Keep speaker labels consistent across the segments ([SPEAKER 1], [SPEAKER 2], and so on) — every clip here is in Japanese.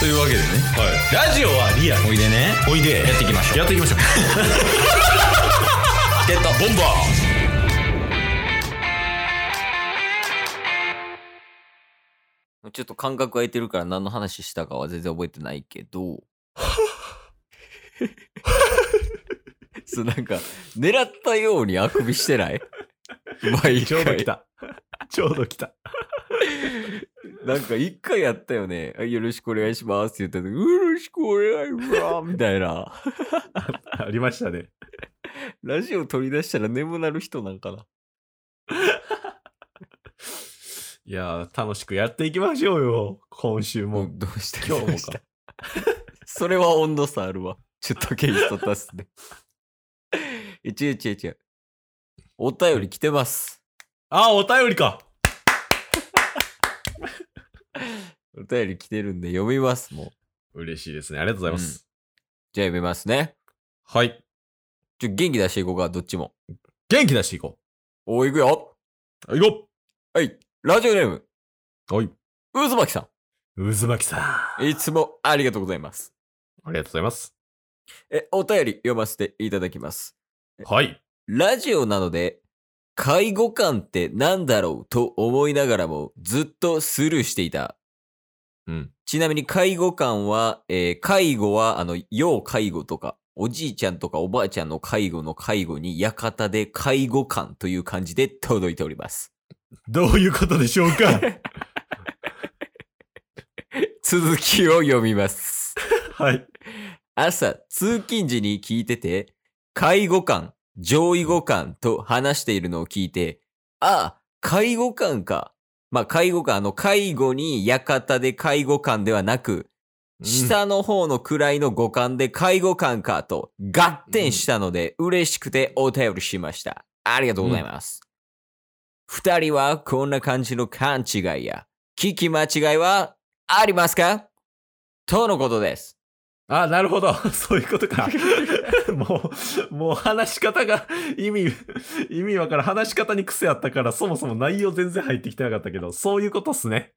[SPEAKER 1] というわけでね、ラジオはリアおいでね
[SPEAKER 2] おいで
[SPEAKER 1] やっていきましょう
[SPEAKER 2] やっていきましょう
[SPEAKER 1] ゲットボンバ
[SPEAKER 3] ちょっと感覚空いてるから何の話したかは全然覚えてないけ ど。そう、なんか、狙ったようにあくびしてない毎回。
[SPEAKER 2] ちょうど来た ちょうど来た
[SPEAKER 3] なんか一回やったよね。あよろしくお願いしますって言った時、よろしくお願いしますみたいな。
[SPEAKER 2] ありましたね
[SPEAKER 3] ラジオ取り出したら眠なる人なんかな。
[SPEAKER 2] いやー楽しくやっていきましょうよ今週
[SPEAKER 3] も
[SPEAKER 2] も
[SPEAKER 3] うどうして
[SPEAKER 2] 今日も
[SPEAKER 3] どうした
[SPEAKER 2] か
[SPEAKER 3] それは温度差あるわ。ちょっとケースとったっす ね。え違う違う違う。お便り来てます。
[SPEAKER 2] あお便りか
[SPEAKER 3] お便り来てるんで読みます、もう。
[SPEAKER 2] 嬉しいですねありがとうございます、
[SPEAKER 3] じゃあ読みますね。
[SPEAKER 2] はい
[SPEAKER 3] ちょ、元気出していこうか、どっちも。
[SPEAKER 2] 元気出していこ
[SPEAKER 3] おー、いくよ。
[SPEAKER 2] ういこ
[SPEAKER 3] はい。ラジオネーム、
[SPEAKER 2] うはいう
[SPEAKER 3] ずまきさ
[SPEAKER 2] 渦巻さんあ
[SPEAKER 3] ん。いつもありがとうございます。
[SPEAKER 2] りがとうございます
[SPEAKER 3] え、お便り読ませていただきます。
[SPEAKER 2] はい
[SPEAKER 3] ラジオなので、介護官って何だろうと思いながらもずっとスルーしていた。
[SPEAKER 2] うん
[SPEAKER 3] ちなみに介護官は、えー介護は、あの、要介護とか、おじいちゃんとかおばあちゃんの介護の介護に、館で介護官という漢字で届いております。
[SPEAKER 2] どういうことでしょうか
[SPEAKER 3] 続きを読みます。
[SPEAKER 2] はい
[SPEAKER 3] 朝、通勤時に聞いてて、介護官、上位互換と話しているのを聞いて、ああ、介護官か。まあ、介護官、あの、介護に館で介護官ではなく、下の方の位の五感で介護官かと合点したので嬉しくてお便りしました。ありがとうございます。二、人はこんな感じの勘違いや聞き間違いはありますかとのことです。
[SPEAKER 2] あ、なるほど。 そういうことか。もう、もう話し方が意味、意味わからん話し方に癖あったから、そもそも内容全然入ってきてなかったけど、そういうことっすね。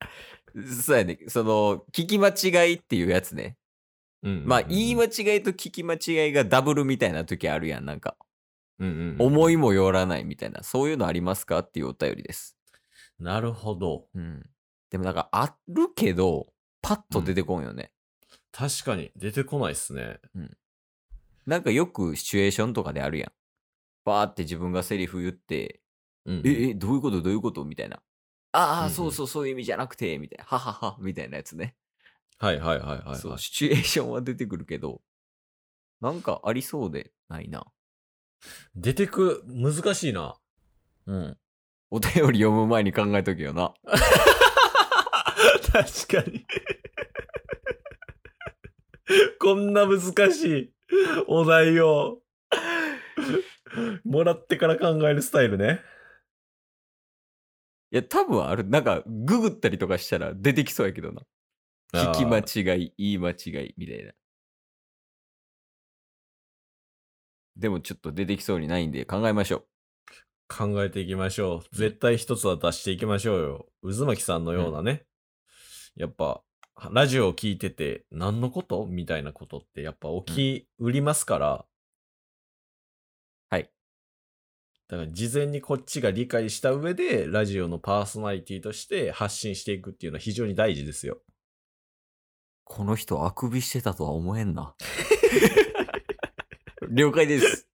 [SPEAKER 3] そうやね。その、聞き間違いっていうやつね。
[SPEAKER 2] うん
[SPEAKER 3] まあ、言い間違いと聞き間違いがダブルみたいな時あるやん。なんか、
[SPEAKER 2] うんうんうん
[SPEAKER 3] 思いもよらないみたいな、そういうのありますかっていうお便りです。
[SPEAKER 2] なるほど。
[SPEAKER 3] うん。でもなんか、あるけど、パッと出てこんよね。
[SPEAKER 2] 確かに、出てこないっすね。
[SPEAKER 3] なんかよくシチュエーションとかであるやん。バーって自分がセリフ言って、
[SPEAKER 2] うんうん
[SPEAKER 3] え、え、どういうことどういうことみたいな。
[SPEAKER 2] うん
[SPEAKER 3] あ
[SPEAKER 2] う
[SPEAKER 3] あ、
[SPEAKER 2] ん
[SPEAKER 3] そうそう、そういう意味じゃなくて、みたいな。ははは、みたいなやつね。
[SPEAKER 2] はいはいはいはい、はい。
[SPEAKER 3] そう、シチュエーションは出てくるけど、なんかありそうでないな。
[SPEAKER 2] 出てく、難しいな。
[SPEAKER 3] うん。お便り読む前に考えとけよな。
[SPEAKER 2] 確かに。こんな難しいお題をもらってから考えるスタイルね。
[SPEAKER 3] いや、多分ある。なんか、ググったりとかしたら出てきそうやけどな。聞き間違い、言い間違い、みたいな。でもちょっと出てきそうにないんで考えましょう。
[SPEAKER 2] 考えていきましょう。絶対一つは出していきましょうよ。渦巻さんのようなね。やっぱ、ラジオを聞いてて、何のことみたいなことって、やっぱ起き、売りますから。
[SPEAKER 3] はい。
[SPEAKER 2] だから、事前にこっちが理解した上で、ラジオのパーソナリティとして発信していくっていうのは非常に大事ですよ。
[SPEAKER 3] この人あくびしてたとは思えん な。了解です。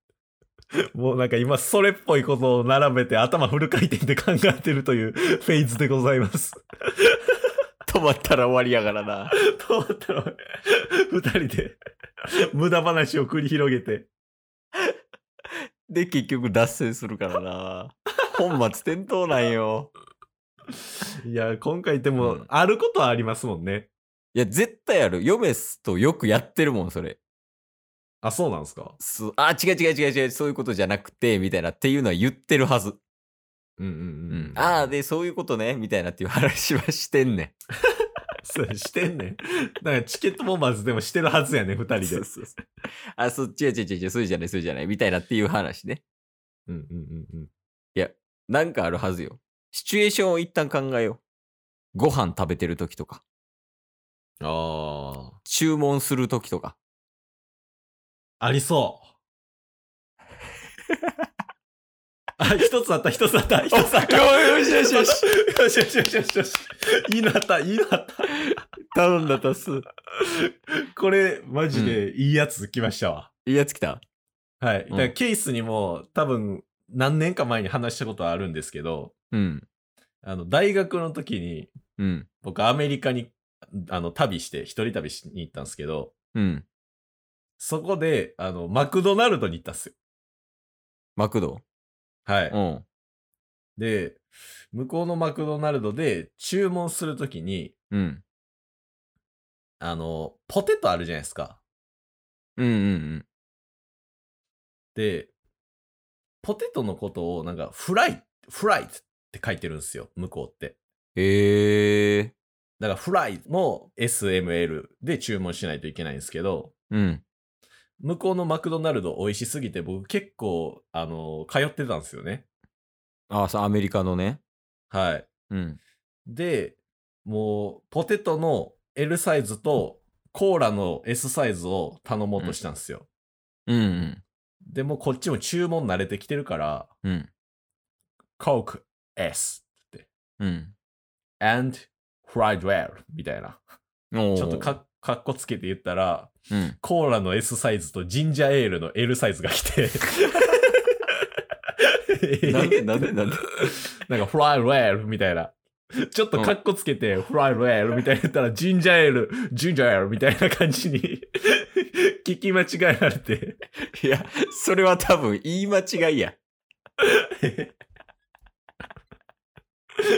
[SPEAKER 2] もうなんか今、それっぽいことを並べて、頭フル回転で考えてるというフェーズでございます。
[SPEAKER 3] 止まったら終わりやからな。
[SPEAKER 2] と思ったら、二人で無駄話を繰り広げて。
[SPEAKER 3] で、結局脱線するから な。本末転倒なんよ。
[SPEAKER 2] いや、今回で
[SPEAKER 3] う
[SPEAKER 2] も
[SPEAKER 3] ん、
[SPEAKER 2] あることはありますもんね。
[SPEAKER 3] いや、絶対ある。ヨメスとよくやってるもん、それ。
[SPEAKER 2] あ、そうなんですか
[SPEAKER 3] そうあ、違う違う違う違う、そういうことじゃなくて、みたいなっていうのは言ってるはず。
[SPEAKER 2] うんうん
[SPEAKER 3] うん、ああ、、で、そういうことね、みたいなっていう話はしてん ね
[SPEAKER 2] そうしてんねん。だからチケットボンバーズでもしてるはずやね、二
[SPEAKER 3] ん。
[SPEAKER 2] 人
[SPEAKER 3] そ
[SPEAKER 2] で
[SPEAKER 3] う。そうそうあ、そっちは違う違う違う、そうじゃない、そうじゃない、みたいなっていう話ね。
[SPEAKER 2] うんうんうんうん。
[SPEAKER 3] なんかあるはずよ。シチュエーションを一旦考えよう。ご飯食べてる時とか。
[SPEAKER 2] あ
[SPEAKER 3] 注文するときとか。
[SPEAKER 2] あ。ありそう。 あ、一つあった、一つあった、一つあった。
[SPEAKER 3] よしよしよし。
[SPEAKER 2] よしよしよしよしよし。いいなった、いいなった。
[SPEAKER 3] 頼んだ足す。
[SPEAKER 2] これ、マジでいいやつ来ましたわ。
[SPEAKER 3] いいやつ来た
[SPEAKER 2] はい。だか
[SPEAKER 3] う
[SPEAKER 2] ら
[SPEAKER 3] ん
[SPEAKER 2] ケースにも多分何年か前に話したことはあるんですけど、
[SPEAKER 3] うん。
[SPEAKER 2] あの、大学の時に
[SPEAKER 3] うん。
[SPEAKER 2] 僕アメリカにあの旅して、一人旅しに行ったんですけど、
[SPEAKER 3] うん。
[SPEAKER 2] そこで、あの、マクドナルドに行ったんですよ。
[SPEAKER 3] マクド。。
[SPEAKER 2] はいう
[SPEAKER 3] ん。
[SPEAKER 2] で、向こうのマクドナルドで注文するときに、
[SPEAKER 3] うん。
[SPEAKER 2] あの、ポテトあるじゃないですか。
[SPEAKER 3] うんうん
[SPEAKER 2] で、ポテトのことをなんか、フライ、フライって書いてるんですよ、向こうって。
[SPEAKER 3] うん。へえ。
[SPEAKER 2] だからフライの SML で注文しないといけないんですけど、
[SPEAKER 3] うん。
[SPEAKER 2] 向こうのマクドナルド美味しすぎて僕結構、あの、通ってたんですよね。
[SPEAKER 3] あ、そう、アメリカのね。
[SPEAKER 2] はい。
[SPEAKER 3] うん。
[SPEAKER 2] で、もう、ポテトの L サイズとコーラの S サイズを頼もうとしたんですよ。
[SPEAKER 3] うんうん。
[SPEAKER 2] でもうこっちも注文慣れてきてるから、
[SPEAKER 3] うん。
[SPEAKER 2] コーク S って、
[SPEAKER 3] うん。
[SPEAKER 2] and fried well みたいな。
[SPEAKER 3] おー
[SPEAKER 2] ちょっとかかっこつけて言ったら、
[SPEAKER 3] うん。
[SPEAKER 2] コーラの S サイズとジンジャーエールの L サイズが来て。
[SPEAKER 3] なんでなんでなん で
[SPEAKER 2] なんかフライルエールみたいな。ちょっとカッコつけて、フライルエールみたいな言ったら、ジンジャーエール、ジンジャーエールみたいな感じに聞き間違えられ て。
[SPEAKER 3] いや、それは多分言い間違いや。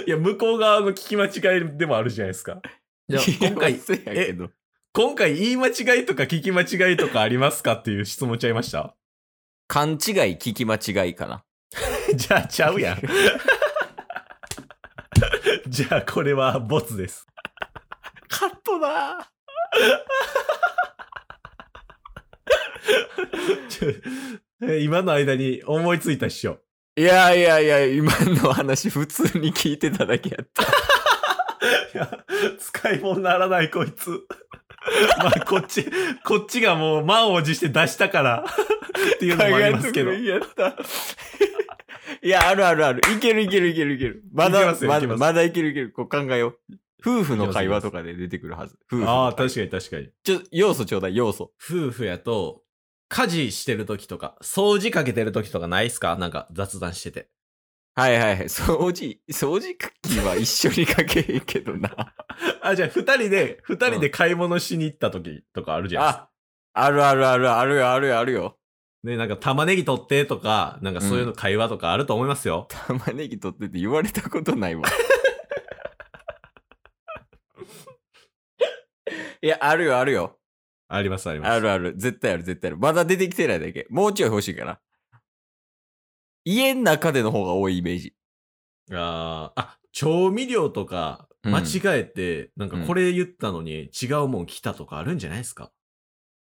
[SPEAKER 2] いや、向こう側の聞き間違いでもあるじゃないですか。じゃあ今回、
[SPEAKER 3] そうやけど。
[SPEAKER 2] 今回言い間違いとか聞き間違いとかありますかっていう質問ちゃいました。
[SPEAKER 3] 勘違い聞き間違いかな。
[SPEAKER 2] じゃあちゃうやん。 じゃあこれはボツです。
[SPEAKER 3] カットだ
[SPEAKER 2] ちょえ今の間に思いついたっしょ。
[SPEAKER 3] いやいやいや、今の話普通に聞いてただけやった。
[SPEAKER 2] いや、使い物にならないこいつ。まあこっち、こっちがもう満を持して出したからっていうのもありますけど。
[SPEAKER 3] 考えてくれやった。 いや、あるあるある。いけるいけるいけるいける。ま
[SPEAKER 2] いけ
[SPEAKER 3] だ、
[SPEAKER 2] ますよ
[SPEAKER 3] ま
[SPEAKER 2] いけ
[SPEAKER 3] だ
[SPEAKER 2] ます
[SPEAKER 3] まだいけるいける。こう考えよう。夫婦の会話とかで出てくるはず。夫婦
[SPEAKER 2] あ
[SPEAKER 3] の。
[SPEAKER 2] あ、確かに確かに。
[SPEAKER 3] ちょ、要素ちょうだい、要素。
[SPEAKER 2] 夫婦やと、家事してる時とか、掃除かけてる時とかないっすかなんか雑談してて。
[SPEAKER 3] はいはいはい。掃除、掃除機は一緒にかけへんけどな。
[SPEAKER 2] あ、じゃあ二人で、二人で買い物しに行った時とかあるじゃないですか。
[SPEAKER 3] あ、あるあるあるあるよあるよあるよ。
[SPEAKER 2] ね、なんか玉ねぎ取ってとか、なんかそういうの会話とかあると思いますよ。
[SPEAKER 3] 玉ねぎ取ってって言われたことないわ。いや、あるよ、あるよ。
[SPEAKER 2] ありますあります。
[SPEAKER 3] あるある。絶対ある、絶対ある。まだ出てきてないだけ。もうちょい欲しいかな。家の中での方が多いイメージ。
[SPEAKER 2] あーあ、調味料とか
[SPEAKER 3] うん
[SPEAKER 2] 間違えて、なんかこれ言ったのに違うもん来たとかあるんじゃないですか、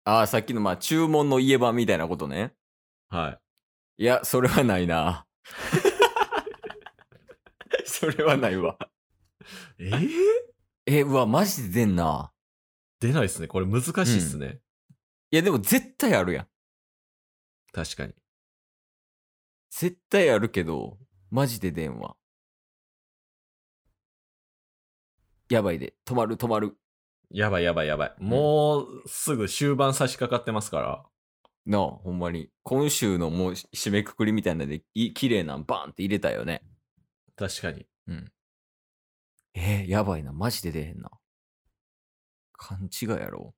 [SPEAKER 3] ああ、さっきの、まあ、注文の家番みたいなことね。
[SPEAKER 2] はい。
[SPEAKER 3] いや、それはないな。それはないわ。
[SPEAKER 2] えー、
[SPEAKER 3] え、うわ、マジで出んな。
[SPEAKER 2] 出ないですね。これ難しいっすね。
[SPEAKER 3] いや、でも絶対あるやん。
[SPEAKER 2] 確かに。
[SPEAKER 3] 絶対あるけど、マジで電話。やばいで、止まる止まる。
[SPEAKER 2] やばいやばいやばい。もうすぐ終盤差し掛かってますから。
[SPEAKER 3] なあ、ほんまに。今週のもう締めくくりみたいなので、い綺麗なんバーンって入れたよね。
[SPEAKER 2] 確かに。
[SPEAKER 3] えーやばいな、マジで出へんな。勘違いやろ。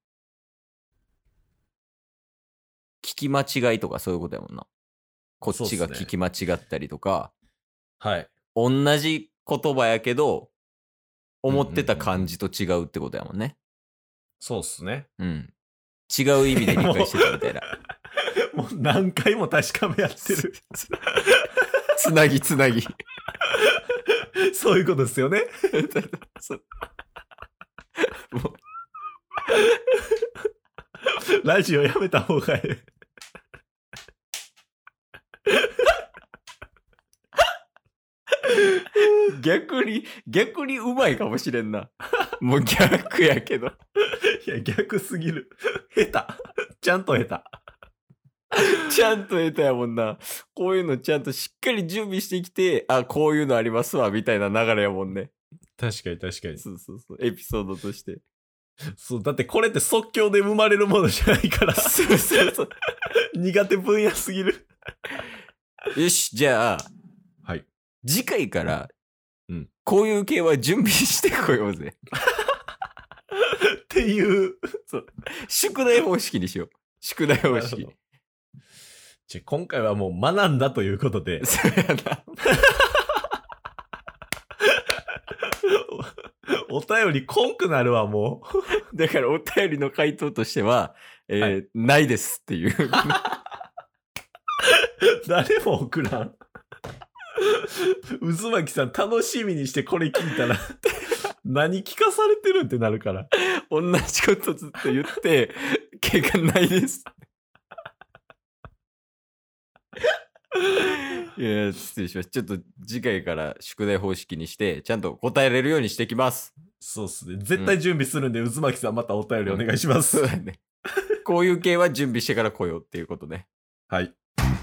[SPEAKER 3] 聞き間違いとかそういうことやもんな。こっちが
[SPEAKER 2] そうっす
[SPEAKER 3] 聞
[SPEAKER 2] ね
[SPEAKER 3] き間違ったりとか、
[SPEAKER 2] はい。
[SPEAKER 3] 同じ言葉やけど、思ってた感じと違うってことやもんね。
[SPEAKER 2] そうっすね。
[SPEAKER 3] うん。違う意味で理解してたみたいな。
[SPEAKER 2] もう何回も確かめやってる。
[SPEAKER 3] つなぎつなぎ。
[SPEAKER 2] そういうことですよね。
[SPEAKER 3] そう
[SPEAKER 2] ラジオやめた方がいい。
[SPEAKER 3] 逆に、逆にうまいかもしれんな。もう逆やけど。
[SPEAKER 2] いや、逆すぎる。下手。ちゃんと下
[SPEAKER 3] ちゃんと得たやもんな。こういうのちゃんとしっかり準備してきて、あ、こういうのありますわ、みたいな流れやもんね。
[SPEAKER 2] 手。確かに確かに。
[SPEAKER 3] そうそうそう。エピソードとして。
[SPEAKER 2] そう、だってこれって即興で生まれるものじゃないから、
[SPEAKER 3] そうそうそう。
[SPEAKER 2] 苦手分野すぎる。
[SPEAKER 3] よし、じゃあ、
[SPEAKER 2] はい。
[SPEAKER 3] 次回から、
[SPEAKER 2] うん
[SPEAKER 3] こういう系は準備してこようぜ。
[SPEAKER 2] っていう。
[SPEAKER 3] 宿題方式にしよう。宿題方式。
[SPEAKER 2] じゃあ今回はもう学んだということで、
[SPEAKER 3] そうやな。
[SPEAKER 2] お便りこんくなるわ、もう。
[SPEAKER 3] だからお便りの回答としては、えー
[SPEAKER 2] は
[SPEAKER 3] ないですっていう。
[SPEAKER 2] 誰も送らん。渦巻さん楽しみにしてこれ聞い たら何聞かされてるってなるから
[SPEAKER 3] 同じことずっと言 って、結果ない です。いや、失礼しました。ちょっと次回から宿題方式にして、ちゃんと答えれるようにしてきます。
[SPEAKER 2] そうっすね絶対準備するんで、渦巻さんまたお便りお願いします、
[SPEAKER 3] そうだね。こういう系は準備してから来ようっていうことね。
[SPEAKER 2] はい